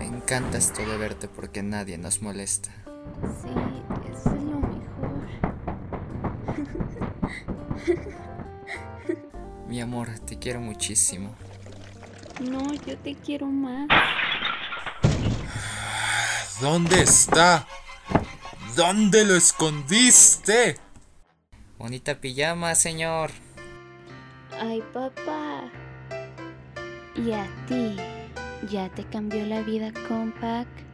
encanta esto de verte porque nadie nos molesta. Sí, eso es lo mejor. Mi amor, te quiero muchísimo. No, yo te quiero más. ¿Dónde está? ¿Dónde lo escondiste? Bonita pijama, señor. Ay, papá. ¿Y a ti? ¿Ya te cambió la vida, Compact?